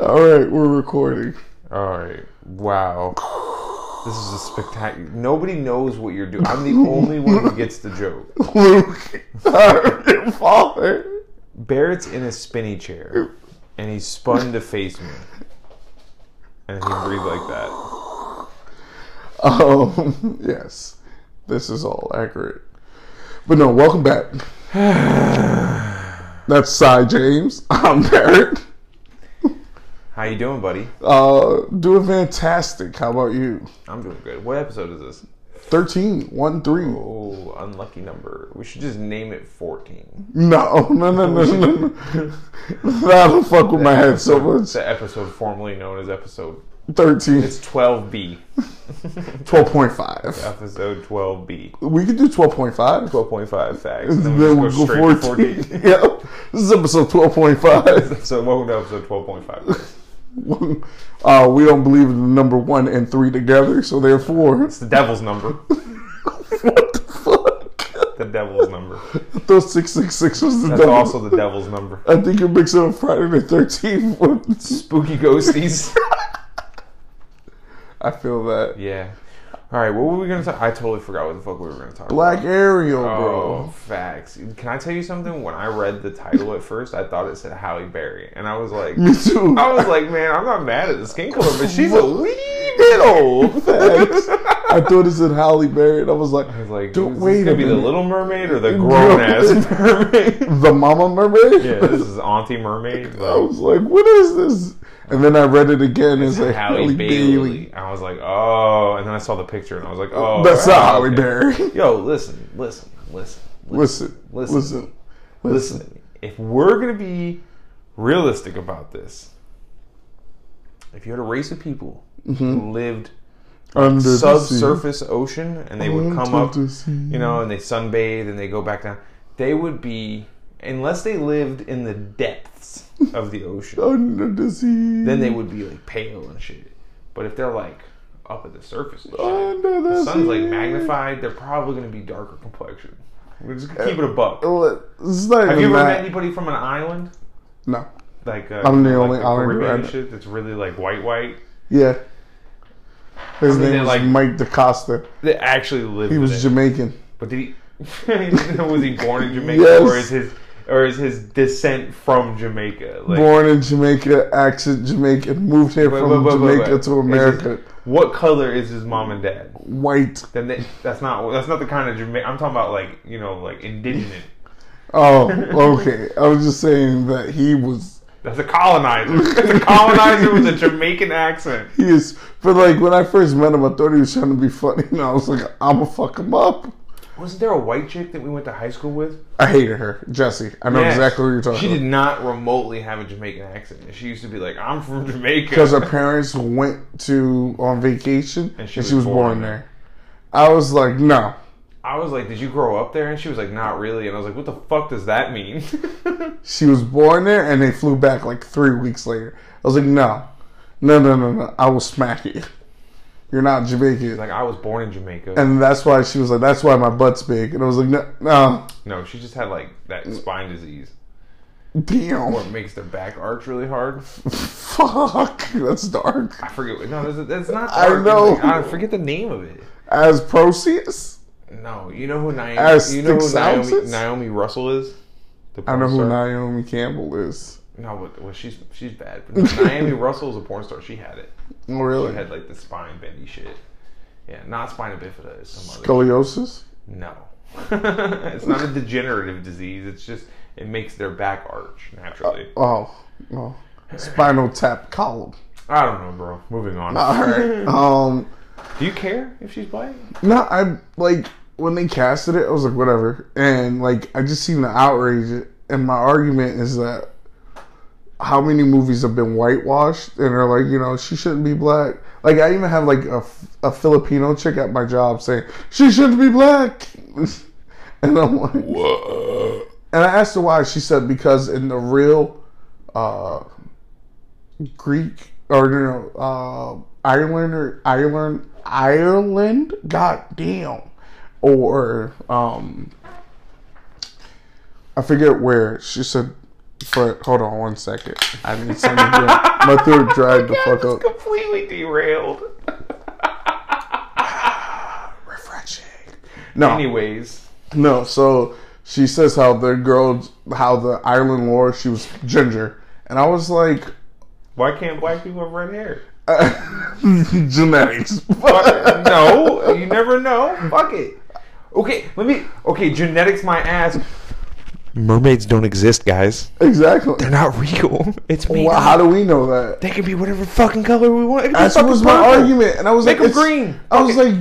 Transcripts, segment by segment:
All right, we're recording. All right. Wow. This is a spectacular. Nobody knows what you're doing. I'm the only one who gets the joke. Luke, your father. Barrett's in a spinny chair, and he spun to face me, and he breathed like that. Um, yes, this is all accurate. But no, welcome back. That's Cy James. I'm Barrett. How you doing, buddy? Uh, doing fantastic. How about you? I'm doing good. What episode is this? 13, 1, 3. Oh, unlucky number. We should just name it 14. No, no, no, no, no, no. That'll fuck with my head so It's much. the episode formerly known as episode. 13, It's 12B. 12.5. Episode 12B. We could do 12.5. 12.5 facts. and Then Then we we'll just go go straight to 14. 14. yep. This is episode 12.5. So welcome to episode 12.5. uh, we don't believe in the number one and three together, so therefore, It's the devil's number. what the fuck? The devil's number. Those 666 was the That's devil. also the devil's number. I think you're mixing up Friday the 13th. with- Spooky ghosties. I feel that. yeah. All right. What were we gonna talk? I totally forgot what the fuck we were gonna talk Black Ariel, about. bro. Oh, facts. Can I tell you something? When I read the title at first, I thought it said Halle Berry, and I was like, Me too. I was like, man, I'm not mad at the skin color, but she's a Well, wee bit old. Facts. I thought it said Halle Berry, and I was like, I was like, Don't- is wait this a gonna be the minute. Little Mermaid or the grown ass mermaid? the Mama Mermaid? yeah, this is Auntie Mermaid. I Like, was like, what is this? And then I read it again. It's like Halle, Bailey. I was like, oh, and then I saw the picture and I was like, oh, That's right, not Halle okay. Berry. Yo, listen, listen, listen, Listen, Listen. listen, listen. to me. If we're gonna be realistic about this, if you had a race of people Mm-hmm. who lived Under the sea. subsurface ocean and they would come up, Under the sea. you know, and they sunbathe and they go back down, they would be, unless they lived in the depths of the ocean, Under the sea. then they would be like pale and shit. But if they're like up at the surface, and shit, Under the, the sea. sun's like magnified, they're probably gonna be darker complexion. We're just gonna keep it a buck. Oh, It's not even Have you ever met that. anybody from an island? No. Like uh, I'm the like only islander Caribbean I and know. shit that's really like white white. Yeah. His mean, name they're was like- Mike DaCosta. They actually lived. He was it. Jamaican. but did he? was he born in Jamaica, Yes. or is his or is his descent from Jamaica? Like, Born in Jamaica, accent Jamaican, moved here wait, from wait, wait, wait, Jamaica wait. to Is America. his- what color is his mom and dad? White. Then they, that's not that's not the kind of Jamaica. I'm talking about like you know like indigenous. Oh, okay. I was just saying that he was. That's a colonizer. That's a colonizer with a Jamaican accent. He is. But like when I first met him, I thought he was trying to be funny, and I was like, "I'ma fuck him up." Wasn't there a white chick that we went to high school with? I hated her, Jesse. I know Yeah. exactly what you're talking She about. did not remotely have a Jamaican accent. She used to be like, "I'm from because her Jamaica." parents went to on vacation and she, was, born, there. there. I was like, no, I was like, "Did you grow up there?" And she was like, "Not really." And I was like, "What the fuck does that mean?" she was born there, and they flew back like three weeks later. I was like, no, no, no, no, no, I will smack you. You're not Jamaican, like, I was born in Jamaica. and that's why she was like, that's why my butt's big, and I was like, no, no, no, she just had like that spine disease, what damn, makes their back arch really hard. fuck, that's dark. I forget. what- No, that's, that's not. I dark. It's know. like- I forget the name of it. As Proceus, No, you know who Naomi. As you know who Sticks Naomi, Houses? Naomi Russell is. The I porn know who star. Naomi Campbell is. No, but well, she's she's bad. But no, Naomi Russell is a porn star. She had it. Oh, She really? had like the spine bendy shit. Yeah, not spina bifida. It's some other. Scoliosis. No, it's not a degenerative disease. It's just it makes their back arch naturally. Oh, oh, spinal tap column. I don't know, bro. Moving on. All right. Um. Do you care if she's black? No, I like when they casted it, I was like, whatever. And like I just seen the outrage and my argument is that how many movies have been whitewashed and are like, you know, she shouldn't be black. Like I even have like a, a Filipino chick at my job saying, She shouldn't be black And I'm like Whoa. and I asked her why. She said because in the real uh, Greek or you know uh, Ireland or Ireland Ireland, goddamn, or um, I forget where. She said But hold on one second. I need something to drink. My throat dried the fuck up. completely derailed. Refreshing. No, Anyways, no. So she says how the girl, how the island lore, she was ginger, and I was like, why can't black people have red hair? genetics. Fuck, no, you never know. Fuck it. Okay, let me. Okay, genetics my ass. Mermaids don't exist, guys. exactly. They're not real. It's me. Well, how do we know that? They can be whatever fucking color we want. It could be That fucking was my purple. argument, and I was Make like, them it's- green. I was Fuck like,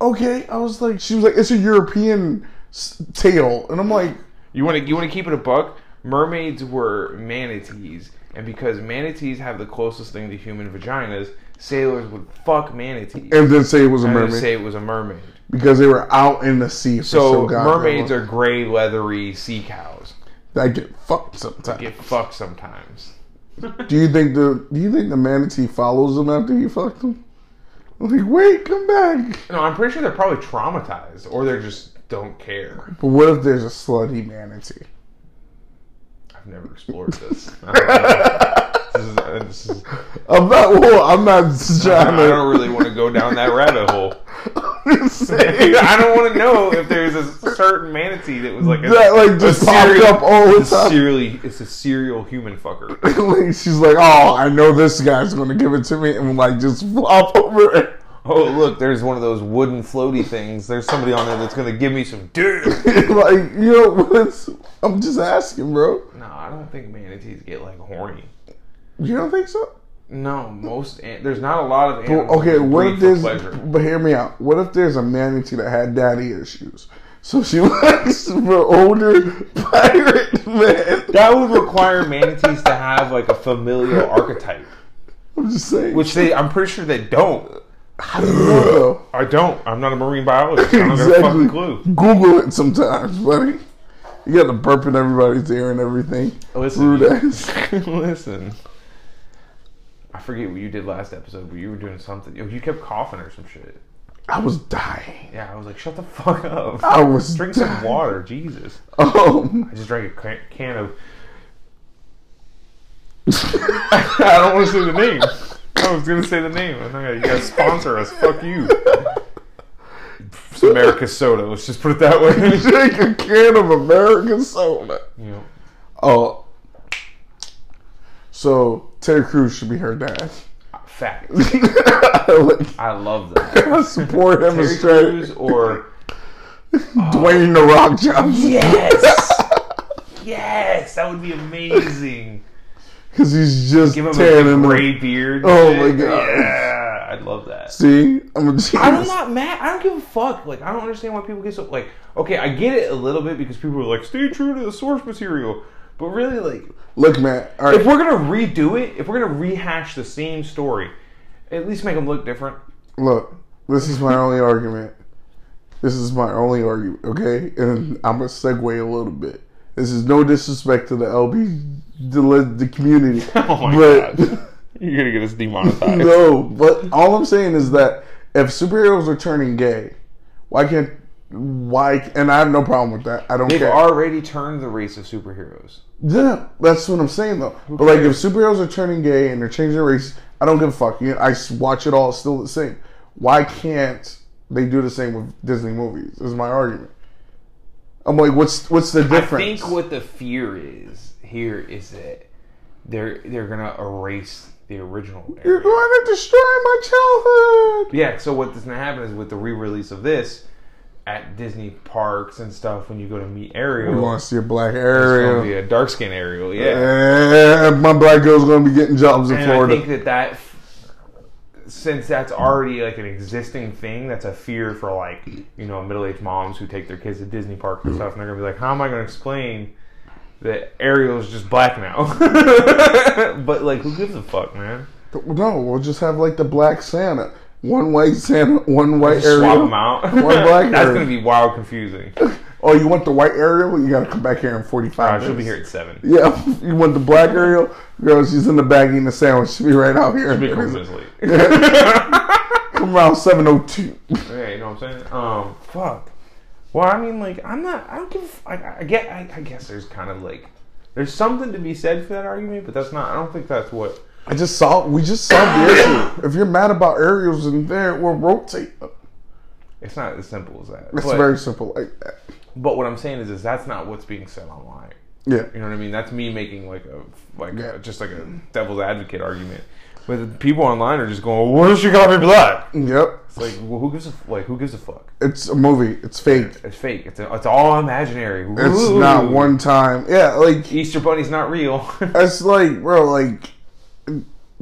okay. I was like, she was like, it's a European s- tail, and I'm like, You want to you want to keep it a buck? Mermaids were manatees, and because manatees have the closest thing to human vaginas, sailors would fuck manatees and then say it was a and mermaid say it was a mermaid. because they were out in the sea. For So so goddamn mermaids long. are gray, leathery sea cows. That get fucked sometimes. Get fucked sometimes. Do you think the Do you think the manatee follows him after he fucked him? I'm like, wait, come back. No, I'm pretty sure they're probably traumatized, or they just don't care. But what if there's a slutty manatee? I've never explored this. I don't know. This is- this is- I'm not. Well, I'm not I trying to. don't really want to go down that rabbit hole. I'm just saying. I don't want to know if there's a certain manatee that was like a, that like just popped serial- up all the it's time. serially, it's a serial human fucker. Like, she's like, oh, I know this guy's gonna give it to me, and like just flop over it. Oh, look, there's one of those wooden floaty things. There's somebody on there that's gonna give me some dick. like, you know, what's, I'm just asking, bro. No, I don't think manatees get like horny. You don't think so? No, most an- there's not a lot of animals. Okay, that what breed if for there's? pleasure. But hear me out. What if there's a manatee that had daddy issues? So she likes for older pirate man. That would require manatees to have like a familial archetype, I'm just saying. which they I'm pretty sure they don't. I don't know, though. I don't. I'm not a marine biologist. I don't have a Exactly. fucking clue. Google it sometimes, buddy. You got to burp in everybody's ear and everything. Listen. Rude ass. Listen. I forget what you did last episode, but you were doing something. You you kept coughing or some shit. I was dying. Yeah, I was like, shut the fuck up. I was Drink dying. some water, Jesus. Um, I just drank a ca- can of. I don't want to say the name. I was gonna say the name. I know you gotta sponsor us. Fuck you. It's America's soda. Let's just put it that way. drink a can of American soda. you know, Oh, so Terry Crews should be her dad. fact. Like, I love that. I support him Terry as straight. Crews or Dwayne the Rock Johnson. yes, yes, that would be amazing. because he's just Give him tearing a in big the- gray beard. and Oh shit. my God. Yeah, I'd love that. See, I'm a genius. I'm not mad. I don't give a fuck. Like I don't understand why people get so like. Okay, I get it a little bit because people are like, stay true to the source material. But really, like, Look, man. All if right, we're gonna redo it, if we're gonna rehash the same story, at least make them look different. look. This is my only argument. This is my only argument. Okay, and I'm gonna segue a little bit. This is no disrespect to the LB, the, the community, Oh my but. God. You're gonna get us demonetized. No, but all I'm saying is that if superheroes are turning gay, why can't why? And I have no problem with that. I don't They've care. already turned the race of superheroes. yeah, that's what I'm saying though. But like, if cares? superheroes are turning gay and they're changing their race, I don't give a fuck. You know, I s- watch it all it's still the same. Why can't they do the same with Disney movies? Is my argument. I'm like, what's what's the difference? I think what the fear is here is that they're they're gonna erase the original. You're era. going to destroy my childhood. Yeah, so what's going to happen is with the re-release of this at Disney parks and stuff, when you go to meet You Ariel, want to see a black it's going to be area? a dark skin Ariel. Yeah, Eh, my black girl's going to be getting jobs in and Florida. I think that that since that's already like an existing thing, that's a fear for like you know middle-aged moms who take their kids to Disney parks and stuff, and they're gonna be like, how am I gonna explain? That Ariel's just black now, but like, who gives a fuck, man? No, we'll just have like the black Santa. One white Santa, one white Swap 'em Swap Ariel. them out. One black That's Ariel. gonna be wild confusing. Oh, you want the white Ariel? You gotta come back here in Uh, 45 she'll be here minutes. at seven. Yeah, you want the black Ariel? Girl, she's in the bag eating a sandwich. She'll be right out here. Be cool, Miss Lee. come around 702. Yeah, you know what I'm saying? Um, fuck. Well, I mean, like, I'm not. I don't give. a f- I, I get. I, I guess there's kind of like There's something to be said for that argument, but that's not. I don't think that's what. I just saw. We just solved the issue. If you're mad about aerials in there, we'll rotate. them. It's not as simple as that. It's but, very simple like that. but what I'm saying is, is that's not what's being said online. You Yeah. know what I mean? That's me making like a like Yeah. a, just like a devil's advocate argument. But the people online are just going, "What if she got me black?" Yep. It's like, well, who gives a f- like who gives a fuck? It's a movie. It's fake. It's fake. It's a, it's all imaginary. It's Woo. not one time. Yeah, like Easter Bunny's not real. it's like bro, like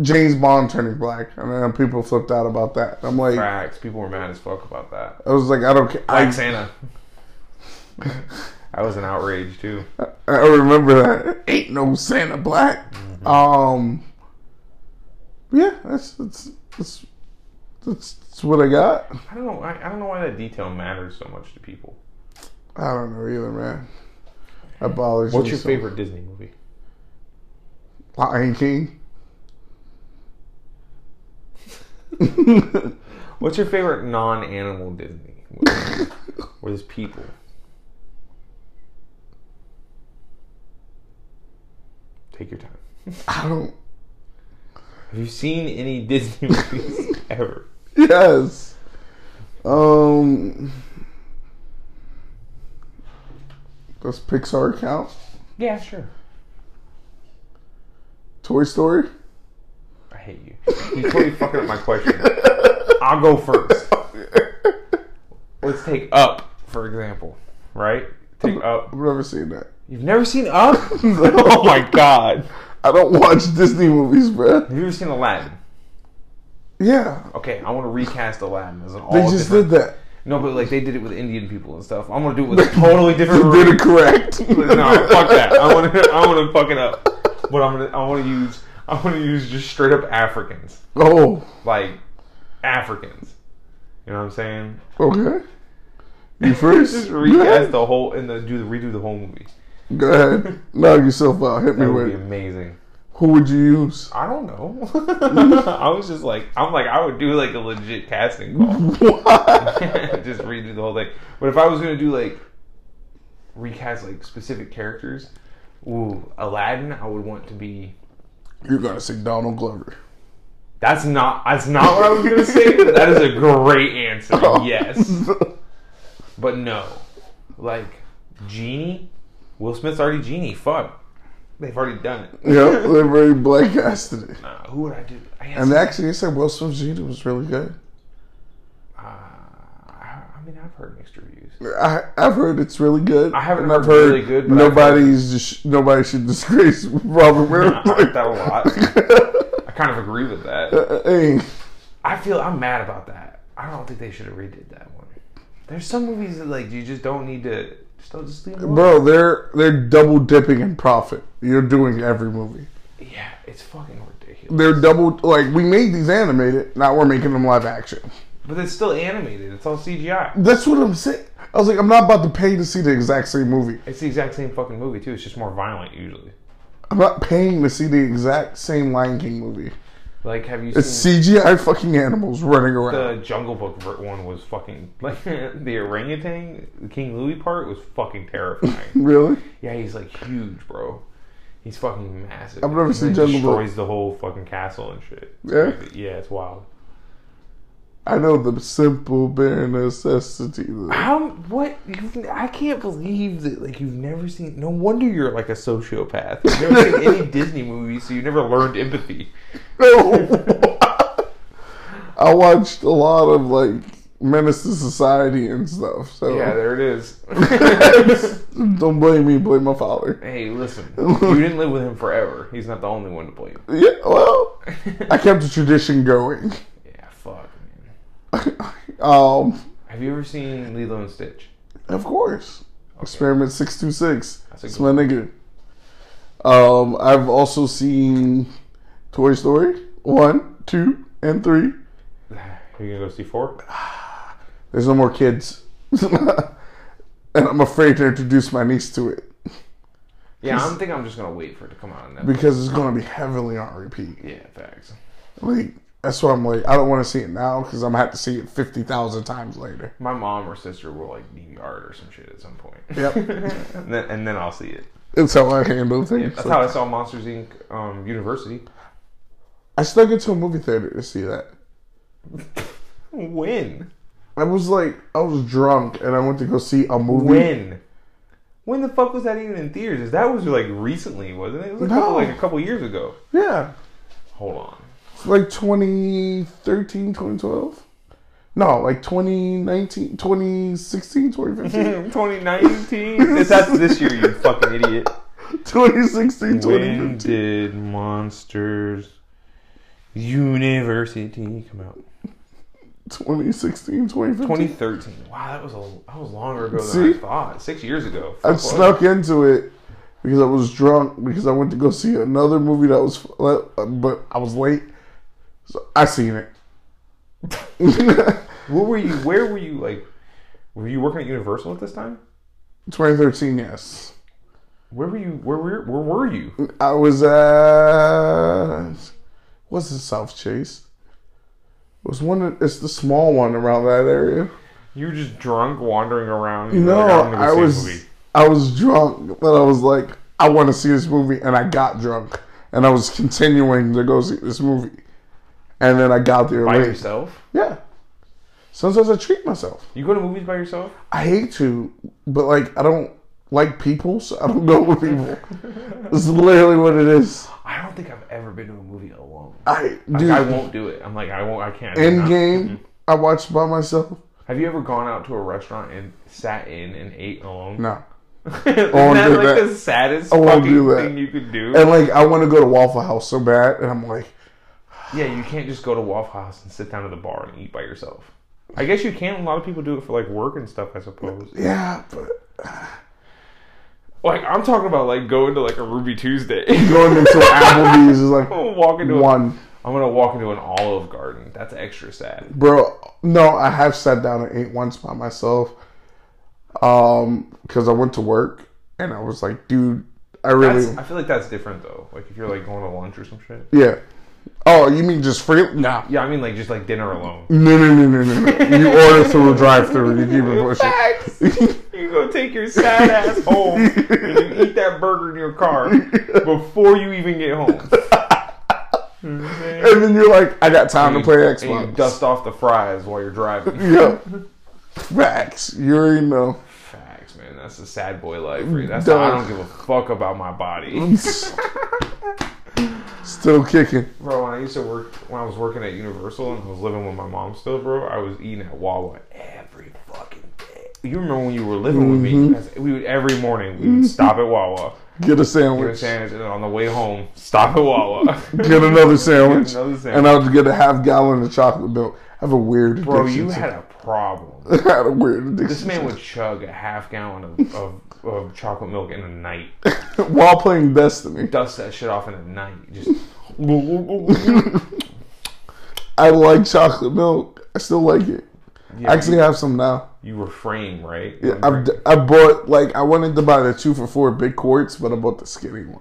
James Bond turning black, and then people flipped out about that. I'm like, Facts. People were mad as fuck about that. I was like, I don't care. Black I, Santa. I was an outrage too. I remember that. Ain't no Santa Black. Um, yeah, that's that's that's, that's that's what I got. I don't know. I, I don't know why that detail matters so much to people. I don't know either, man. That bothers What's me your so- favorite Disney movie? Lion King. What's your favorite non-animal Disney? movie? Where there's people. Take your time. I don't. Have you seen any Disney movies ever? Yes. Um. Does Pixar count? Yeah, sure. Toy Story? I hate you. You're totally fucking up my question. I'll go first. Let's take Up, for example. Right? Take Up. I've never seen that. You've never seen Up? oh my god. I don't watch Disney movies, bruh. Have you ever seen Aladdin? Yeah. Okay, I want to recast Aladdin as an all They just different- did that. No, but like they did it with Indian people and stuff. I'm gonna do it with a totally different. They did race. it correct. no, fuck that. I want to. I want to fuck it up. But I'm gonna. I want to use. I want to use just straight up Africans, Oh, like Africans. You know what I'm saying? okay. You first? Just Go recast ahead. the whole and the do the redo the whole movie. Go ahead. Knock yourself out. Hit me That would with be it. amazing. Who would you use? I don't know. I was just like, I'm like, I would do like a legit casting call. What? just redo the whole thing. But if I was gonna do like recast like specific characters, ooh, Aladdin, I would want to be. You're going to say Donald Glover. That's not. That's not what I was gonna say. But that is a great answer. Yes, but no. Like genie, Will Smith's already genie. Fuck, they've already done it. Yep, they very black casted it. Uh, who would I do? I guess, And actually, he said Will Smith's Genie was really good. uh, I I mean, I've heard mixed reviews. I, I've heard it's really good. I haven't And heard I've really good, but I've nobody's just, nobody should disgrace Robert Redford. I heard that a I kind of agree with that. lot. hey, I feel I'm mad about that. I don't think they should have redid that one. There's some movies that like you just don't need to just don't just leave them. bro, alone. they're they're double dipping in profit. You're doing every movie. Yeah, it's fucking ridiculous. They're double like we made these animated. Now we're making them live action. But it's still animated. It's all CGI. That's what I'm saying. I was like, I'm not about to pay to see the exact same movie. It's the exact same fucking movie too. It's just more violent usually. I'm not paying to see the exact same Lion King movie. Like, have you It's seen CGI fucking animals running the around. Jungle Book ver- one? Was fucking like the orangutan, the King Louis part was fucking terrifying. really? yeah, he's like huge, bro. He's fucking massive. I've never And seen he Jungle Book. Destroys the whole fucking castle and shit. It's Yeah? crazy. yeah, it's wild. I know the simple bare necessity. How? What? You've, I can't believe that. Like you've never seen. No wonder you're like a sociopath. You've never seen any Disney movie, so you never learned empathy. No. I watched a lot of like Menace to Society and stuff. So Yeah, there it is. don't blame me, blame my father. hey, listen. You didn't live with him forever. He's not the only one to blame. Yeah, well, I kept the tradition going. Yeah, fuck, man. um, Have you ever seen Lilo and Stitch? of course, Experiment Six Two Six. That's a It's good my nigga. Um, I've also seen Toy Story one, two, and three. You're gonna go see four? There's no more kids, and I'm afraid to introduce my niece to it. Yeah, I'm thinking I'm just gonna wait for it to come out. On Netflix. because it's going to be heavily on repeat. Yeah, facts. Like, That's why I'm like, I don't want to see it now because I'm gonna have to see it fifty thousand times later. My mom or sister will like DVR it or some shit at some point. Yep. and, then, and then I'll see it. It's how I handle things. That's Like, how I saw Monsters Inc. Um, University. I snuck into a movie theater to see that. When? I was like, I was drunk and I went to go see a movie. When? When the fuck was that even in theaters? 'Cause That was like recently, wasn't it? It was a couple, No. like a couple years ago. Yeah. Hold on. It's like 2013, 2012. No, like 2019, 2016, 2015. 2019? It's not this year, you fucking idiot. 2016, When 2015. did Monsters University come out? 2016, 2015. 2013. Wow, that was a that was longer ago than See? I thought. Six years ago. I Fuck, snuck into it because I was drunk because I went to go see another movie that was, uh, but I was late. So I seen it. What were you? Where were you? Like, were you working at Universal at this time? 2013, yes. Where were you? Where were? Where were you? I was at what's the South Chase? It was one. of- It's the small one around that area. You were just drunk, wandering around. You You're know, like, "I'm gonna go I see a was movie." I was drunk, but I was like, I want to see this movie, and I got drunk, and I was continuing to go see this movie, and then I got there by late. yourself. Yeah. Sometimes I treat myself. You go to movies by yourself. I hate to, but like I don't like people, so I don't go with people. it's literally what it is. I don't think I've ever been to a movie alone. I Like, dude. I Mm-hmm. won't do it. I'm like, I won't. I can't. I End cannot. game, I watched by myself. Have you ever gone out to a restaurant and sat in and ate alone? No, Isn't won't that do like that. the saddest I won't fucking do that. thing you could do? and like I want to go to Waffle House so bad, and I'm like, Yeah, you can't just go to Waffle House and sit down at the bar and eat by yourself. I guess you can. A lot of people do it for like work and stuff, I suppose. yeah, but Like I'm talking about like going to like a Ruby Tuesday. going into Applebee's is like walk into a, one, I'm gonna walk into an Olive Garden. That's extra sad. bro. No, I have sat down and ate once by myself, um, because I went to work and I was like, dude, I really, That's, I feel like that's different though. Like if you're like going to lunch or some shit. yeah. Oh, you mean just free? Nah. Yeah, I mean like just like dinner alone. No, no, no, no, no. no. You order through a drive-through. You keep it pushing. Facts. you go take your sad ass home and you eat that burger in your car before you even get home. Mm-hmm. And then you're like, I got time to play Xbox. And you dust off the fries while you're driving. Yeah. Facts. You already know. Facts, man. That's the sad boy life. Right? That's Dog. why I don't give a fuck about my body, Still kicking. bro. When I used to work, when I was working at Universal and I was living with my mom still, bro, I was eating at Wawa every fucking day. You remember when you were living with me? Mm-hmm. you guys- We would every morning we would stop at Wawa, Get a get a sandwich. sandwich, and then on the way home stop at Wawa. Get another sandwich. Get another sandwich. And I'll get a half gallon of chocolate milk. I have a weird addiction. bro, you to- had a problem. I had a weird addiction. This man would chug a half gallon of, of, of chocolate milk in a night. While playing Destiny, Dust that shit off in a night. Just I like chocolate milk. I still like it. Yeah, I actually have some now. you refrain, right? Yeah, I've, d- I bought, like, I wanted to buy the two for four big quarts, but I bought the skinny one.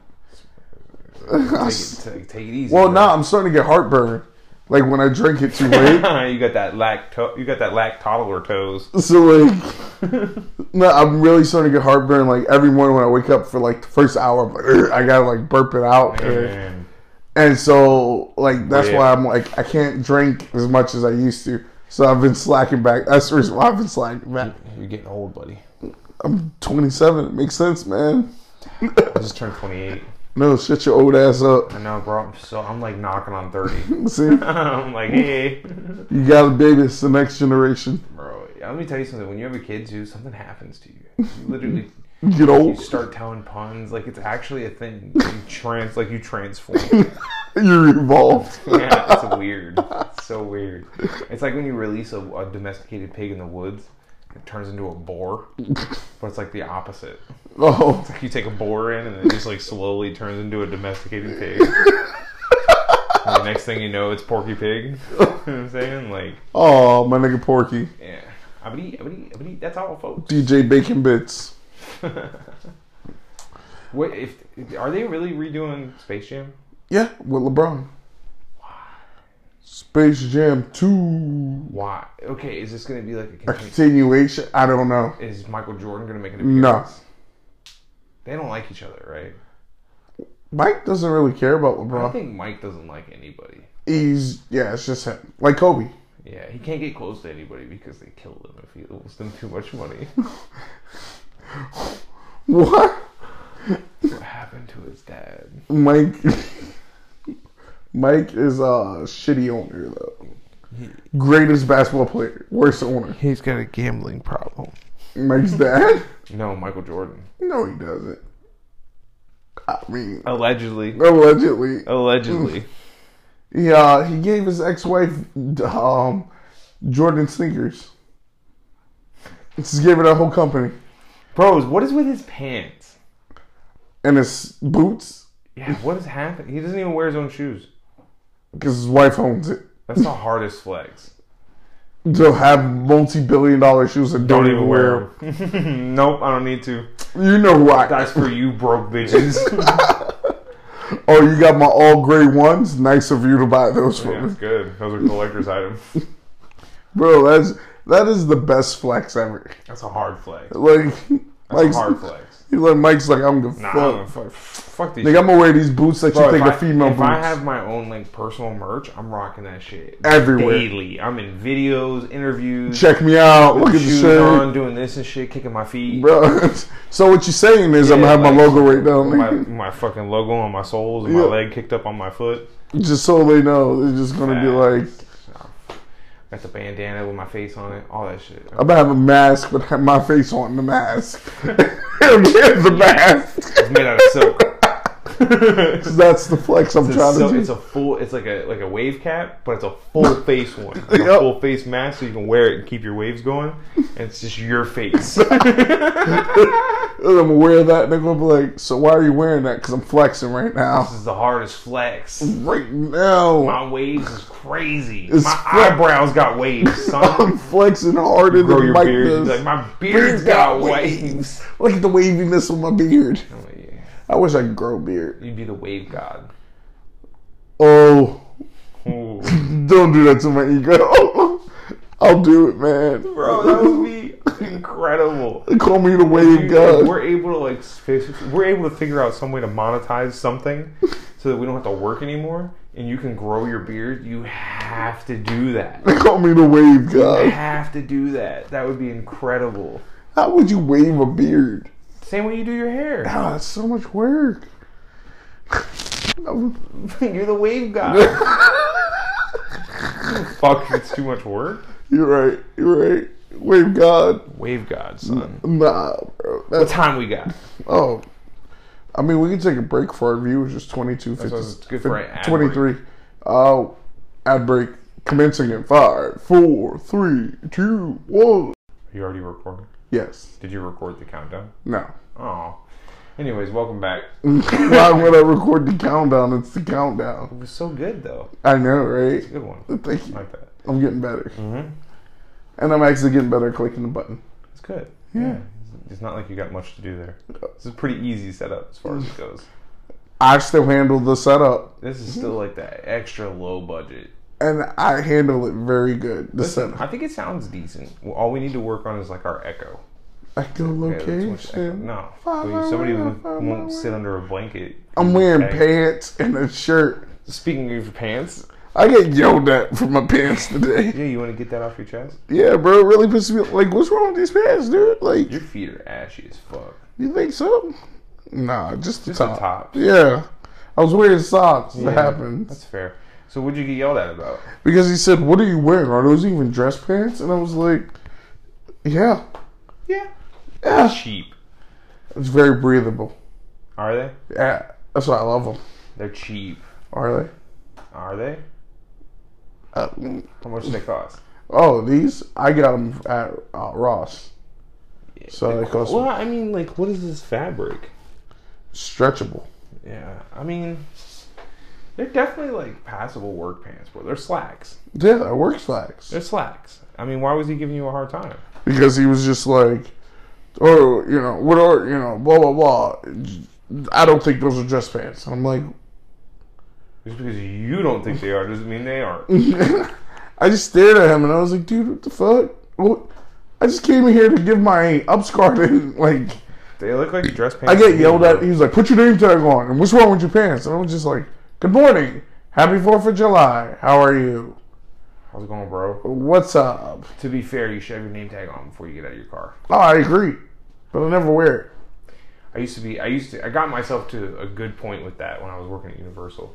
Take it, take, take it easy. Well, bro. now I'm starting to get heartburn. Like, when I drink it too late. you got that lacto, you got that lack toddler toes. So like, no, I'm really starting to get heartburn. Like every morning when I wake up for like the first hour, I'm like, "Ugh," I gotta like burp it out. Man. And so like that's Yeah. why I'm like I can't drink as much as I used to. So I've been slacking back. That's the reason why I've been slacking back. You're getting old, buddy. 27. It makes sense, man. I just turned 28. No, shut your old ass up. I know, bro. I'm so I'm like knocking on 30. See, I'm like, hey, you got a baby. It's the next generation. bro. Let me tell you something. When you have a kid, too, something happens to you. You literally You get you old. start telling puns. Like it's actually a thing. You trans, like you transform. You're evolved. yeah, it's weird. It's so weird. It's like when you release a, a domesticated pig in the woods, it turns into a boar, but it's like the opposite. Oh, You take a boar in, and it just like slowly turns into a domesticated pig. And the next thing you know, it's Porky Pig. you know what I'm saying? Like, oh, my nigga Porky. yeah. I would eat, I would eat, I would eat. That's all, folks. DJ Bacon Bits. What if are they really redoing Space Jam? Yeah, with LeBron. Space Jam 2 Why? Okay, is this going to be like a a continu- continuation. I don't know. Is Michael Jordan going to make an appearance? No. They don't like each other, right? Mike doesn't really care about I don't LeBron. think Mike doesn't like anybody. He's yeah, it's just him. Like Kobe. Yeah, he can't get close to anybody because they killed him if he owes them too much money. What? what happened to his dad? Mike Mike is a shitty owner though. Greatest basketball player, worst owner. He's got a gambling problem. Mike's dad? No, Michael Jordan. No, he doesn't. I mean, Allegedly. allegedly, Allegedly. he uh, he gave his ex-wife um, Jordan sneakers. Just gave it a whole company Bros, what is with his pants? and his boots Yeah, what is happening? He doesn't even wear his own shoes. because his wife owns it. That's the hardest flex. To have multi-billion-dollar shoes and don't, even wear them. 'em. nope, I don't need to. You know who I? That's for you broke bitches. Oh, you got my all gray ones. Nice of you to buy those for yeah, me, it's good. Those are collector's items. bro. That's that is the best flex ever. That's a hard flex. Like, That's a Mike's, hard flex. he like Mike's like I'm gonna Nah, I fuck. don't fuck, fuck these. Like I'm gonna wear these boots that Bro, you think if are female I, boots. If I have my own like personal merch, I'm rocking that shit Everywhere. daily. I'm in videos, interviews, Check me out. Look at the shoes shirt, on, doing this and shit, kicking my feet. bro. so what you saying is I'm Yeah, gonna have like, my logo right down My, there, my fucking logo on my soles and my Yeah. leg kicked up on my foot. just so they know. It's just gonna be like Facts. Got the bandana with my face on it, all that shit. I'm gonna have a mask with my face on the mask. Here's the mask. It's made out of silk. 'Cause That's the flex I'm It's, trying so, to it's do. a full. It's like a like a wave cap, but it's a full face one, It's a Yep. full face mask, so you can wear it and keep your waves going. And it's just your face. And I'm gonna wear that. They're gonna be like, "So why are you wearing that? Because I'm flexing right now. This is the hardest flex. Right now, My waves is crazy. It's my flex. eyebrows got waves, I'm son. flexing harder Grow than your Mike beard. does. Like my beard's got waves. Look at the waviness of my beard. Oh, yeah. I wish I could grow a beard. You'd be the wave god. Oh, Ooh. don't do that to my ego. I'll do it, man. Bro, that would be incredible. Call me the wave Dude, if god. we're able to like, fi- we're able to figure out some way to monetize something, so that we don't have to work anymore, and you can grow your beard. You have to do that. Call me the wave You god. have to do that. That would be incredible. How would you wave a beard? Same way you do your hair. Ah, it's so much work. I would- You're the wave god. Fuck, it's too much work. You're right. You're right. Wave god. Wave god, son. Nah, bro. What That's time we got? oh. I mean, we can take a break for our viewers. Just 22, what 50, it's good for an ad 23. Uh, ad break commencing in five, four, three, two, one. You already recording? Yes. Did you record the countdown? No. Oh. Anyways, welcome back. It Why would I record the countdown? It's the countdown. was so good though. I know, right? Good one. Thank you. like that. I'm getting better. Mm-hmm. And I'm actually getting better at clicking the button. It's good. Yeah. It's not like you got much to do there. This is pretty easy setup as far as it goes. I still handle the setup, This is still like that extra low budget. and I handle it very good. The setup. I think it sounds decent. Well, All we need to work on is like our echo. Yeah, that's too much echo. Echolocation. No. Please, Somebody who won't sit under a blanket. I'm wearing Okay. pants and a shirt. Speaking of pants, I get yelled at for my pants today. yeah, you want to get that off your chest? Yeah, bro, it really pisses me off. Like, what's wrong with these pants, dude? Like, Your feet are ashy as fuck. you think so? Nah, just the Just the top. top. Yeah. I was wearing socks. It That's happens. fair. So what'd you get yelled at about? Because he said, What are you wearing? Are those even dress pants? And I was like, Yeah. Yeah. Yeah. Cheap. It's very breathable. Are they? Yeah. That's why I love them. They're cheap. Are they? Are they? Uh, How much do they cost? oh, these? I got them at uh, Ross. So they cost Well, I mean, like, what is this fabric? stretchable. Yeah, I mean, they're definitely like passable work pants, bro. They're slacks. Yeah, I work slacks. They're slacks. I mean, why was he giving you a hard time? because he was just like, oh, you know, what are, you know, blah, blah, blah. I don't think those are dress pants. And I'm like, Just because you don't think they are doesn't mean they aren't. I just stared at him and I was like, dude, what the fuck? What? I just came in here to give my upscart and like They look like dress pants. I to get me, yelled at. bro. He was like, "Put your name tag on." And what's wrong with your pants? And I was just like, "Good morning, happy Fourth of July. How are you? How's it going, bro? What's up?" To be fair, you should have your name tag on before you get out of your car. Oh, I agree, but I never wear it. I used to be. I used to. I got myself to a good point with that when I was working at Universal.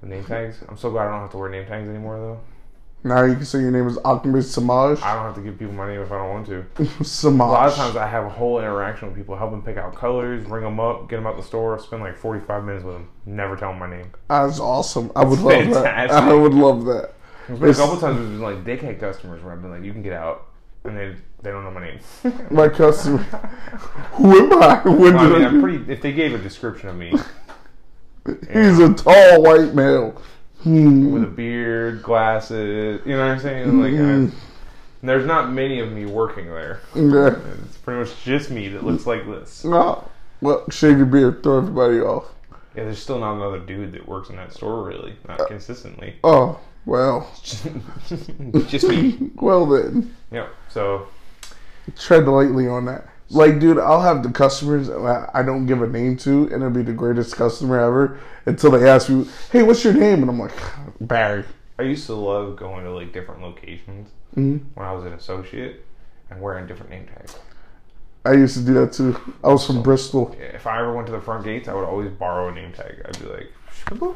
The name tags. I'm so glad I don't have to wear name tags anymore, though. Now you can say your name is Ahmed Samaj. I don't have to give people my name if I don't want to. Samaj. A lot of times I have a whole interaction with people, help them pick out colors, ring them up, get them out the store, spend like 45 minutes with them, never tell them my name. That's awesome. I would love that. Fantastic. I would love that. There's been a couple times where there's been like dickhead customers where I've been like, you can get out. And they, they don't know my name. My customer. Who am I? When I did mean, I I'm do- pretty, if they gave a description of me He's a tall white male. Hmm. with a beard, glasses, you know what I'm saying? Like, I, there's not many of me working there. Yeah. It's pretty much just me that looks like this. No. Well, shave your beard, throw everybody off. Yeah, there's still not another dude that works in that store really, not consistently. Oh, well. just me. Well then. Yep. So tread lightly on that. Like, dude, I'll have the customers that I don't give a name to, and it'll be the greatest customer ever until they ask me, "Hey, what's your name?" And I'm like, Barry. I used to love going to like different locations Mhm. when I was an associate and wearing different name tags. I used to do that too. I was from Bristol. If I ever went to the front gates, I would always borrow a name tag. I'd be like, "Shabba."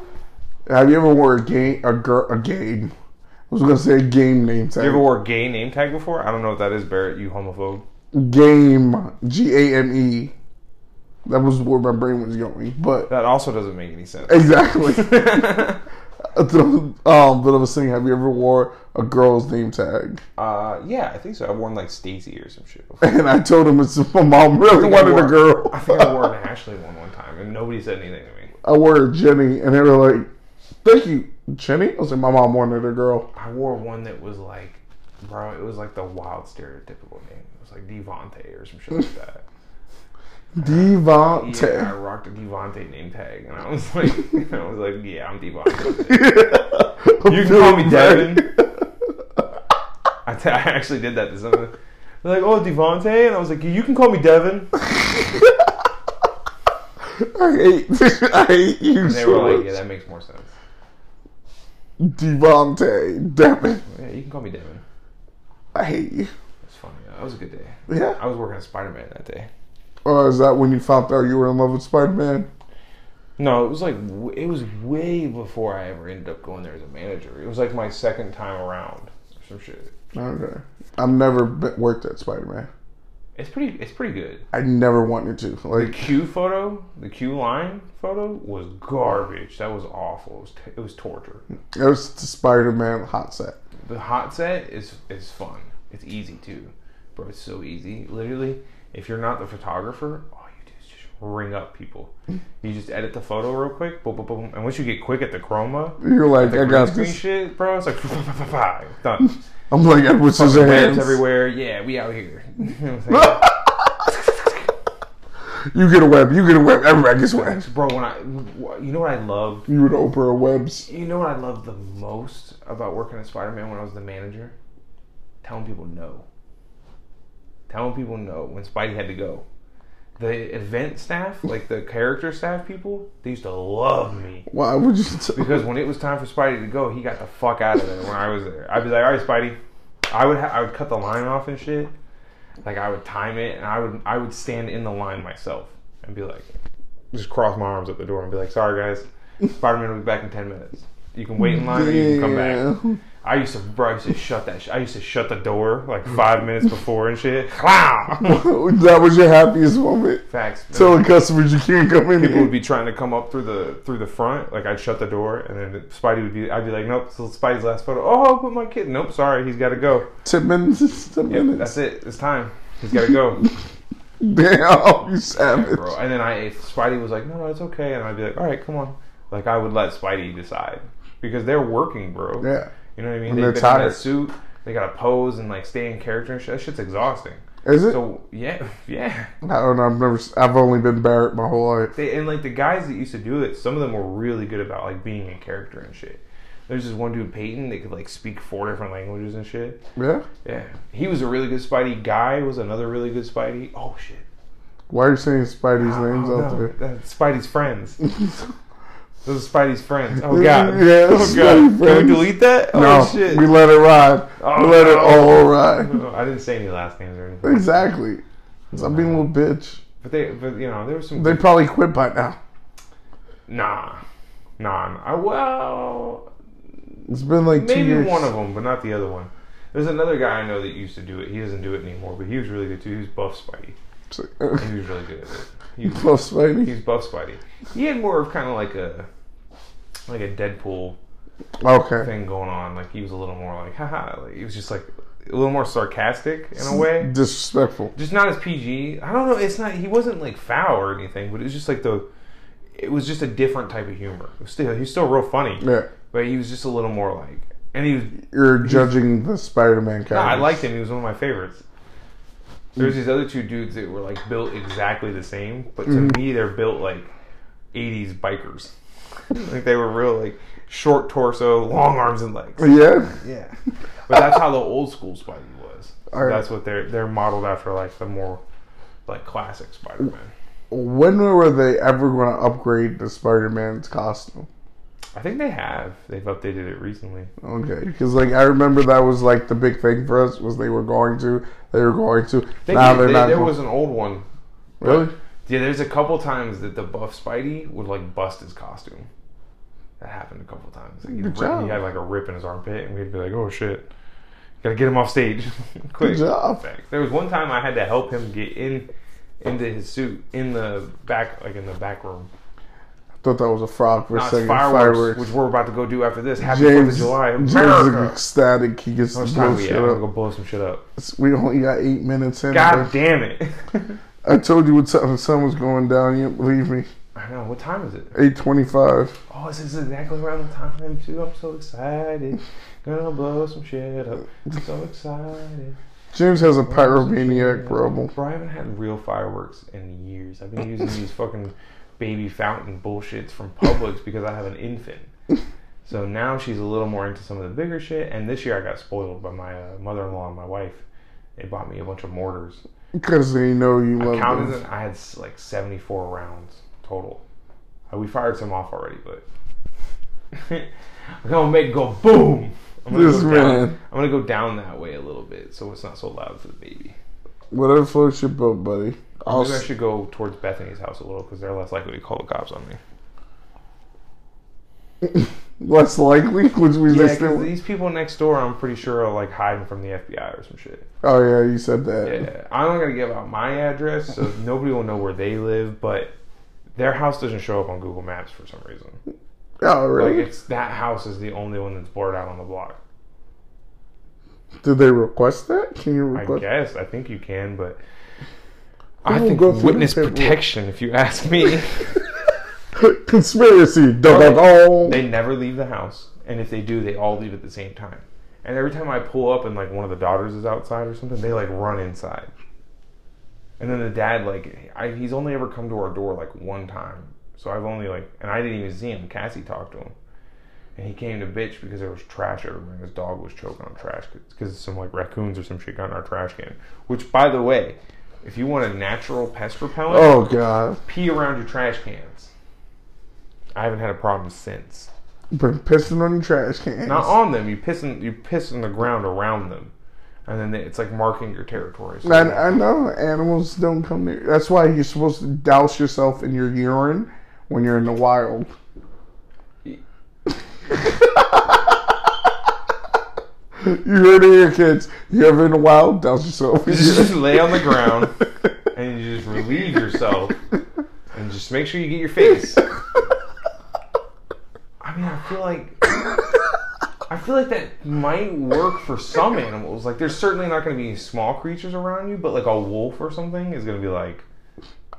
Have you ever wore a game? A girl? A game? I was gonna say a game name tag. You ever wore gay name tag before? I don't know what that is, Barrett. You homophobe. game. G A M E. That was where my brain was going, but That also doesn't make any sense. exactly. um, but I was saying, have you ever wore a girl's name tag? uh, yeah, I think so. I've worn like Stacy or some shit before. And I told him it's my mom really I wanted wore- a girl. I think I wore an Ashley one one time, and nobody said anything to me. I wore a Jenny, and they were like, "Thank you, Jenny." I was like, "My mom wanted a girl." I wore one that was like, bro, it was like the wild stereotypical name. It was like Devonte or some shit like that. Yeah, I Devontae. rocked a Devonte name tag, and I was like, I was like, yeah, I'm Devonte. You can call me Devin. I t- I actually did that to someone. They're like, oh, Devonte, and I was like, you can call me Devin. And I hate. I hate you they so were like, yeah, much. that makes more sense. Devontae, Devin. Yeah, you can call me Devin. I hate you. It's funny. That was a good day. Yeah. I was working on Spider Man that day. Or is that when you found out you were in love with Spider Man? No, it was like w- it was way before I ever ended up going there as a manager. It was like my second time around or some shit. Okay. I've never been, worked at Spider Man. It's pretty. It's pretty good. I never wanted to. The Like, Q photo, the Q line photo was garbage. That was awful. It was, t- it was torture. it was the Spider Man hot set. The hot set is is fun. It's easy too, bro. It's so easy. Literally, if you're not the photographer, all you do is just ring up people. You just edit the photo real quick, boom, boom, boom, and once you get quick at the chroma, You're like, I the green got screen this. shit, bro. It's like done. I'm like Edward Webs Scissorhands. everywhere. Yeah, we out here. You know what I'm saying? You get a web. You get a web. Everybody gets web. bro, when I, you know what I loved? You and Oprah are webs. You know what I loved the most about working at Spider Man when I was the manager? Telling people no. Telling people no when Spidey had to go. The event staff, like the character staff people, they used to love me. Why would you? T- Because when it was time for Spidey to go, he got the fuck out of there when I was there. I'd be like, all right, Spidey. I would ha- I would cut the line off and shit. Like I would time it, and I would I would stand in the line myself and be like, just cross my arms at the door and be like, sorry guys, Spider Man will be back in ten minutes. You can wait in line, or you can come back. Yeah. I used to bro, I used to shut that. Sh- I used to shut the door like five minutes before and shit. Wow. that was your happiest moment. Facts. Telling customers you can't come in. people would Here. be trying to come up through the through the front. Like I'd shut the door, and then Spidey would be. I'd be like, nope, this is Spidey's last photo. Oh, I'll put my kid. Nope, sorry, he's got to go. Ten minutes. Ten Yep, minutes. that's it. It's time. He's got to go, Damn, you savage. bro. And then I, if Spidey was like, no, no, it's okay, and I'd be like, all right, come on. Like I would let Spidey decide because they're working, bro. Yeah. You know what I mean? And they're They've been in tired. that suit. They got to pose and like stay in character and shit. That shit's exhausting. Is it? So yeah, yeah. I don't know. I've never. s- I've only been Barrett my whole life. They, and like the guys that used to do it, some of them were really good about like being in character and shit. There's this one dude Peyton that could like speak four different languages and shit. Yeah. Yeah, he was a really good Spidey. Guy was another really good Spidey. Oh shit, Why are you saying Spidey's Oh, names out no. there? That's Spidey's friends. Those are Spidey's friends. Oh god. Yeah, oh Spidey god. Can friends. we delete that? Oh no, shit. we let it ride. Oh, we let it no. all ride. No, I didn't say any last names or anything. Exactly. Stop being a little bitch. But they, but you know, there was some. They probably quit by now. nah, nah. I, well, It's been like two maybe years. one of them, but not the other one. There's another guy I know that used to do it. He doesn't do it anymore, but he was really good too. He was buff Spidey. He was really good at it. He was, Puff he Spidey. was buff Spidey. He had more of kind of like a, like a Deadpool Okay. thing going on. Like he was a little more like, haha. Like, he was just like a little more sarcastic in a way. Disrespectful. just not as PG. I don't know. It's not. He wasn't like foul or anything, but it was just like the. It was just a different type of humor. It was still, he was still real funny, Yeah. but he was just a little more like. And he was. You're judging the Spider-Man character. Nah, I liked him. He was one of my favorites. There's these other two dudes that were like built exactly the same, but to Mm-hmm. me they're built like 80s bikers. like they were real like short torso, long arms and legs. Yeah. Yeah. but that's how the old school Spidey was. So Alright. That's what they're they're modeled after, like the more like classic Spider-Man. When were they ever going to upgrade the Spider-Man's costume? I think they have. They've updated it recently. Okay, because like I remember that was like the big thing for us was they were going to, they were going to. They, now they're they- not. there going- was an old one. really? Yeah, there's a couple times that the buff Spidey would like bust his costume. That happened a couple times. Like, he'd, Good rip- job. he had like a rip in his armpit, and we'd be like, "Oh shit, gotta get him off stage quick." Good job. Back. There was one time I had to help him get in into his suit in the back, like in the back room. Thought that was a frog for a Not second. fireworks, Fireworks. which we're about to go do after this. Happy Fourth of James, July, James is America! ecstatic. He gets to It's blow time we shit yeah, we're gonna go up. blow some shit up. We only got eight minutes in. God but damn it! I told you when something, the sun was going down. You didn't believe me. I know. What time is it? Eight twenty-five. Oh, this is exactly around the time too. I'm so excited. Gonna blow some shit up. So excited. James has a pyromaniac problem. Bro, I haven't had real fireworks in years. I've been using these fucking baby fountain bullshits from Publix because I have an infant. So now she's a little more into some of the bigger shit. And this year I got spoiled by my uh, mother-in-law and my wife. They bought me a bunch of mortars. Because they know you love Counted them. them. I had s- like 74 rounds total. Uh, We fired some off already, but I'm gonna make it go boom. I'm gonna This go man. Down, I'm gonna go down that way a little bit, so it's not so loud for the baby. Whatever floats your boat, buddy. I'll Maybe I s- should go towards Bethany's house a little because they're less likely to call the cops on me. less likely, which we Yeah, just 'cause didn't- these people next door, I'm pretty sure are like hiding from the FBI or some shit. Oh yeah, you said that. Yeah, I'm not gonna give out my address, so nobody will know where they live. But their house doesn't show up on Google Maps for some reason. Oh Like really? it's that house is the only one that's blurred out on the block. Did they request that? Can you I request? guess I think you can, but I will think go through witness the paperwork? protection. If you ask me, Conspiracy. Dun, dun, dun. they never leave the house, and if they do, they all leave at the same time. And every time I pull up and like one of the daughters is outside or something, they like run inside. And then the dad like I, he's only ever come to our door like one time, so I've only like and I didn't even see him. Cassie talked to him. And he came to bitch because there was trash everywhere. And his dog was choking on trash because some like raccoons or some shit got in our trash can. Which, by the way, if you want a natural pest repellent, Oh god, pee around your trash cans. I haven't had a problem since. been pissing on the trash cans. Not on them. You piss in, you piss on the ground around them, and then it's like marking your territory. So I, I know animals don't come near. That's why you're supposed to douse yourself in your urine when you're in the wild. you heard it here, kids. You ever in the wild? Douse yourself. in you just urine. lay on the ground and you just relieve yourself, and just make sure you get your face. I mean, I feel like I feel like that might work for some animals. Like, there's certainly not going to be any small creatures around you, but like a wolf or something is going to be like,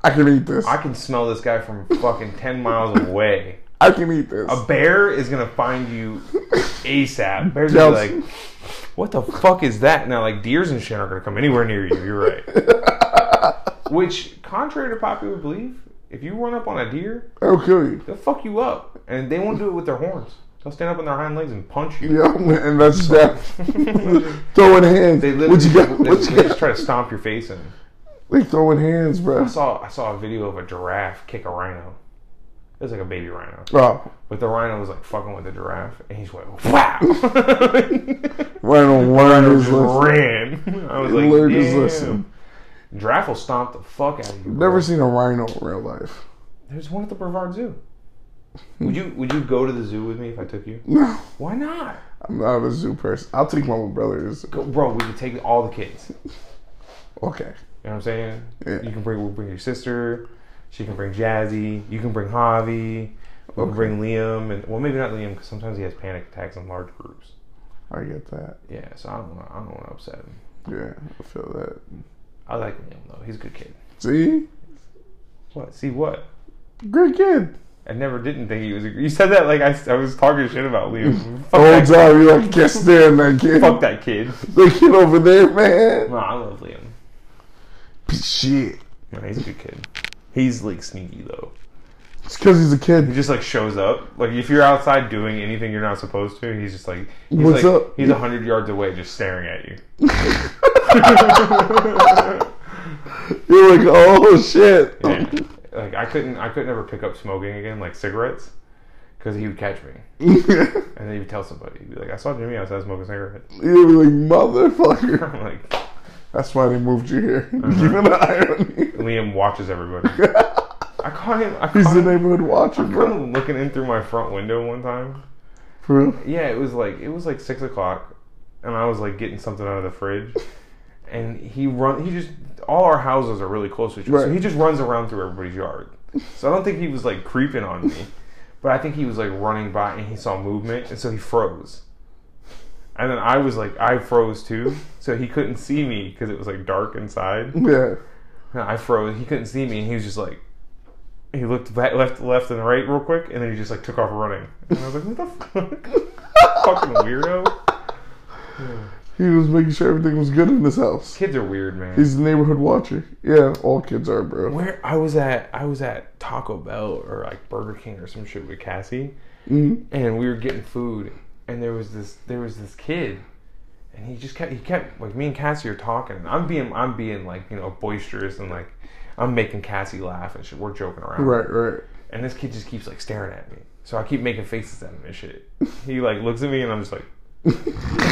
I can eat this. I can smell this guy from fucking ten miles away. I can eat this. A bear is going to find you ASAP. Bears are gonna be Yes. like, what the fuck is that? Now, like, deers and shit aren't going to come anywhere near you. You're right. Which, contrary to popular belief, if you run up on a deer, I'll kill you. they'll fuck you up. And they won't do it with their horns. They'll stand up on their hind legs and punch you. Yeah, and that's death. throwing hands. They what you literally got? they, What you they just got? try to stomp your face in. They throwing hands, bro. I saw I saw a video of a giraffe kick a rhino. It was like a baby rhino, Oh, but the rhino was like fucking with the giraffe, and he just went wow. rhino right on one is just ran. I was like, learned Damn. his lesson. Giraffe will stomp the fuck out of you. bro. Never seen a rhino in real life. There's one at the Brevard Zoo. Would you Would you go to the zoo with me if I took you? No, Why not, I'm not a zoo person. I'll take my little brother. to the zoo. Go- bro? We could take all the kids. You Okay. know what I'm saying? Yeah. You can bring we'll bring your sister. She can bring Jazzy. You can bring Javi. We'll Okay. bring Liam, and well, maybe not Liam because sometimes he has panic attacks in large groups. I get that. Yeah, so I don't want to. I don't want to upset him. Yeah, I feel that. I like Liam though. He's a good kid. See, What? See what? good kid. I never didn't think he was. A, you said that like I, s- I was talking shit about Liam. The Fuck whole that, time you're like, yes, there, that kid. fuck that kid. The kid over there, man. No, I love Liam. Shit. No, he's a good kid. He's like sneaky though. It's because he's a He kid. just like shows up. Like if you're outside doing anything you're not supposed to, he's just like he's What's like, up? He's a hundred yards away, just staring at you. You're like, oh shit. Yeah. like I couldn't, I couldn't ever pick up smoking again, like cigarettes, because he would catch me, and then he would tell somebody, he'd be like, "I saw Jimmy outside smoking cigarettes." You'd be like, motherfucker. I'm like, That's why they moved you here. Given the irony. Liam watches everybody. I caught him. I caught He's the him, neighborhood watcher, I caught bro. him looking in through my front window one time. For real. Yeah, it was like it was like six o'clock, and I was like getting something out of the fridge, and he run. He just all our houses are really close to each other, so Right. he just runs around through everybody's yard. So I don't think he was like creeping on me, but I think he was like running by and he saw movement, and so he froze. And then I was like, I froze too, so he couldn't see me because it was like dark inside. Yeah. And I froze. He couldn't see me, and he was just like, he looked back, left, left, and right real quick, and then he just like took off running. And I was like, what the fuck, fucking weirdo. He was making sure everything was good in this house. Kids are weird, man. He's the neighborhood watcher. Yeah, all kids are, bro. Where I was at, I was at Taco Bell or like Burger King or some shit with Cassie, Mhm. and we were getting food, and there was this there was this kid, and he just kept he kept like me and Cassie are talking, and I'm being I'm being like you know boisterous and like I'm making Cassie laugh and shit. We're joking around, Right, right. And this kid just keeps like staring at me. So I keep making faces at him and shit. He like looks at me and I'm just like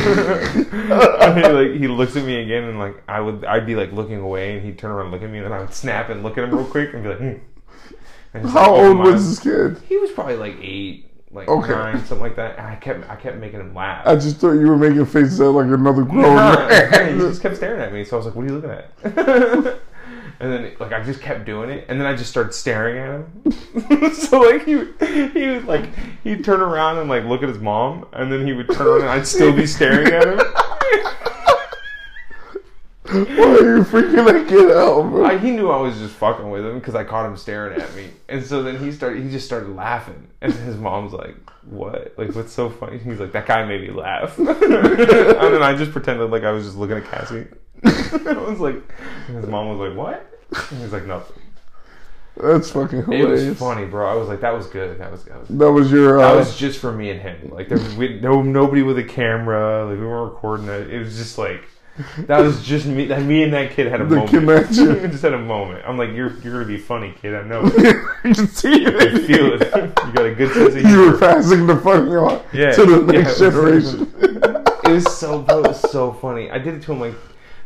and he, like he looks at me again and like I would I'd be like looking away and he'd turn around and look at me and then I would snap and look at him real quick and be like hmm. And just, How like, old open my was eyes. this kid? He was probably like eight, like Okay. nine, something like that. And I kept I kept making him laugh. I just thought you were making faces at like another grown Nah, yeah, he man. just kept staring at me. So I was like, "What are you looking at?" and then, like, I just kept doing it, and then I just started staring at him. so like, he he would like he'd turn around and like look at his mom, and then he would turn around, and I'd still be staring at him. Why are you freaking that kid out, bro? I, he knew I was just fucking with him because I caught him staring at me, and so then he started. He just started laughing, and his mom's like, "What? Like, what's so funny?" He's like, "That guy made me laugh," and then I just pretended like I was just looking at Cassie. I was like, and his mom was like, "What?" And he's like, "Nothing." That's fucking It hilarious. was funny, bro. I was like, "That was good. That was that was." That was your. Uh, That was just for me and him. Like there was we, no nobody with a camera. Like we weren't recording that. It was just like that was just me. That me and that kid had a The moment. connection. We just had a moment. I'm like, you're you're gonna be funny, kid. I know. it. you can see I it. feel it. You got a good sense of You were humor. passing the fucking on Yeah, to the yeah. next generation. It was so bro, it was so funny. I did it to him like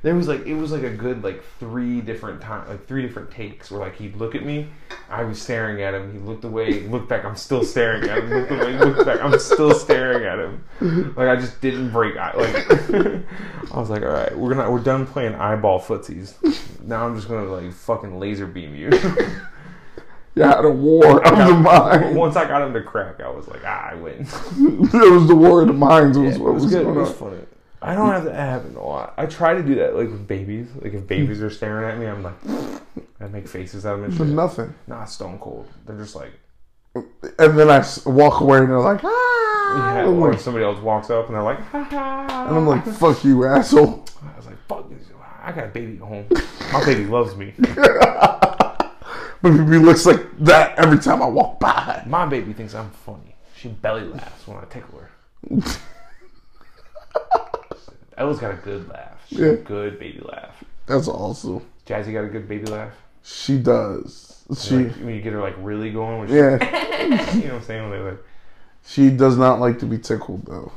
there was like it was like a good like three different time like three different takes where like he'd look at me, I was staring at him, he looked away, looked back, I'm still staring at him, looked away, looked back, I'm still staring at him. Like I just didn't break eye like I was like, Alright, we're gonna we're done playing eyeball footsies. Now I'm just gonna like fucking laser beam you. you had a war of the mind. Once I got him to crack, I was like, ah, I win. It was the war of the minds. Was what was, good. going it was on. funny. I don't have that happen a lot. I try to do that like with babies. Like if babies are staring at me, I'm like, I make faces at them and For shit. nothing. Not stone cold. They're just like, and then I s- walk away and they're like, ah. Yeah, I'm or like, somebody else walks up and they're like, ha ha. and I'm like, fuck you, asshole. I was like, fuck this. I got a baby at home. My baby loves me. But he looks like that every time I walk by. My baby thinks I'm funny. She belly laughs when I tickle her. Ella's got a good laugh. She's Yeah. a good baby laugh. That's awesome. Jazzy got a good baby laugh. She does. She Like, when you get her like really going, when she, yeah. you know what I'm saying? When they like, She does not like to be tickled though.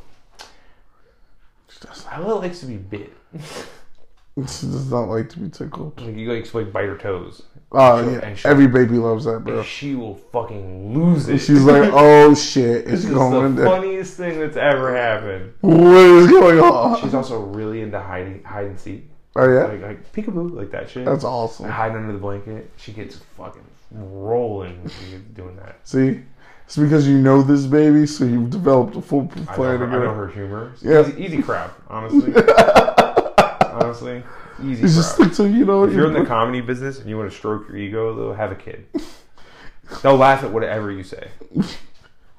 She does, Ella likes to be bit. not, she does not like to be tickled. Like you like to like bite her toes. Oh yeah. and she- Every baby loves that, bro. She will fucking lose it. She's like, oh shit, it's It's going the down. funniest thing that's ever happened. What is going on? She's also really into hide hide and seek, Oh yeah, like like peekaboo, like that shit. that's awesome. hiding under the blanket. She gets fucking rolling when she gets doing that. See, it's because you know this baby, so you've developed a full I know, plan her, to I get know her. her humor. It's Yeah. Easy, easy crap, honestly. honestly, easy It's crap. just until you know. if you're in the comedy business and you want to stroke your ego, they'll have a kid. They'll laugh at whatever you say.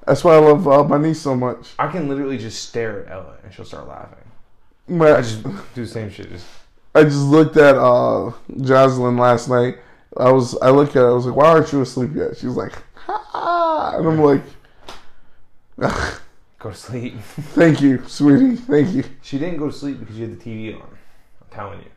That's why I love uh, my niece so much. I can literally just stare at Ella and she'll start laughing. My- I just do the same shit. Just I just looked at uh, Jocelyn last night. I was I looked at her, I was like, Why aren't you asleep yet? She was like, ha and I'm like go to sleep. Thank you, sweetie, thank you. she didn't go to sleep because you had the TV on. I'm telling you.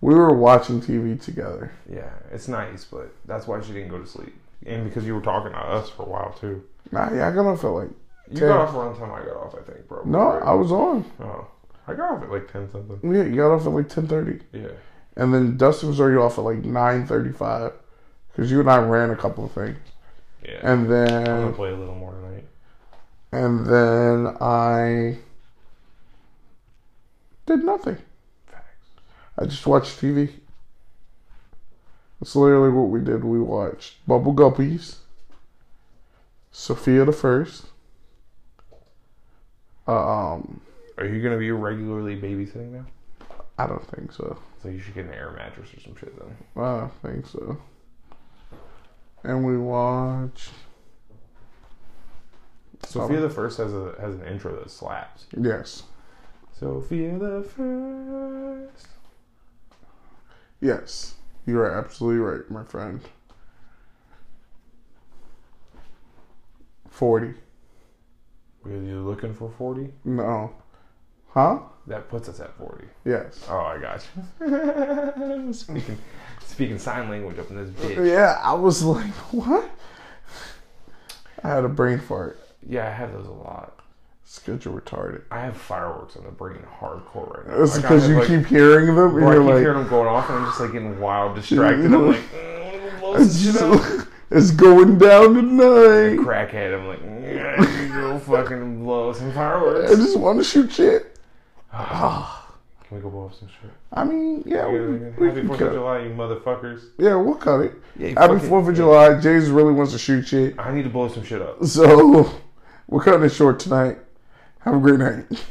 We were watching TV together. Yeah, it's nice, but that's why she didn't go to sleep. And because you were talking to us for a while too. Nah, yeah, I got off at like You Okay. got off around the time I got off, I think, bro. no, I was on. Oh, I got off at like ten something. Yeah, you got off at like ten thirty. Yeah. And then Dustin was already off at like nine thirty five. Cause you and I ran a couple of things. Yeah. And I'm gonna then play a little more tonight. and then I did nothing. Facts. I just watched TV. That's literally what we did. We watched Bubble Guppies, Sophia the First. Um, Are you gonna be regularly babysitting now? I don't think so. So you should get an air mattress or some shit then. I don't think so. And we watched. Sophia the First has a has an intro that slaps. Yes. Sophia the First. Yes. You are absolutely right, my friend. 40. Were you looking for forty? No. Huh? That puts us at forty. Yes. Oh, I got you. speaking speaking sign language up in this bitch. Yeah, I was like, what? I had a brain fart. Yeah, I have those a lot. Schedule retarded. I have fireworks on the brain hardcore right now. It's Like, I because have, you like, keep hearing them and Or I keep you're hearing like, them going off, and I'm just like getting wild, distracted. I'm like, mm, I wanna go blow it's, some shit up. just- it's going down tonight. Crackhead, I'm like, mm, I need to go fucking blow some I fireworks. just want to shoot shit. Can we go blow up some shit? I mean, yeah, we, we Happy can Fourth cut of it. July, you motherfuckers! Yeah, we'll cut it. Yeah, you Happy fucking- 4th of July. James really wants to shoot shit. I need to blow some shit up. So we're cutting it short tonight. Have a great night.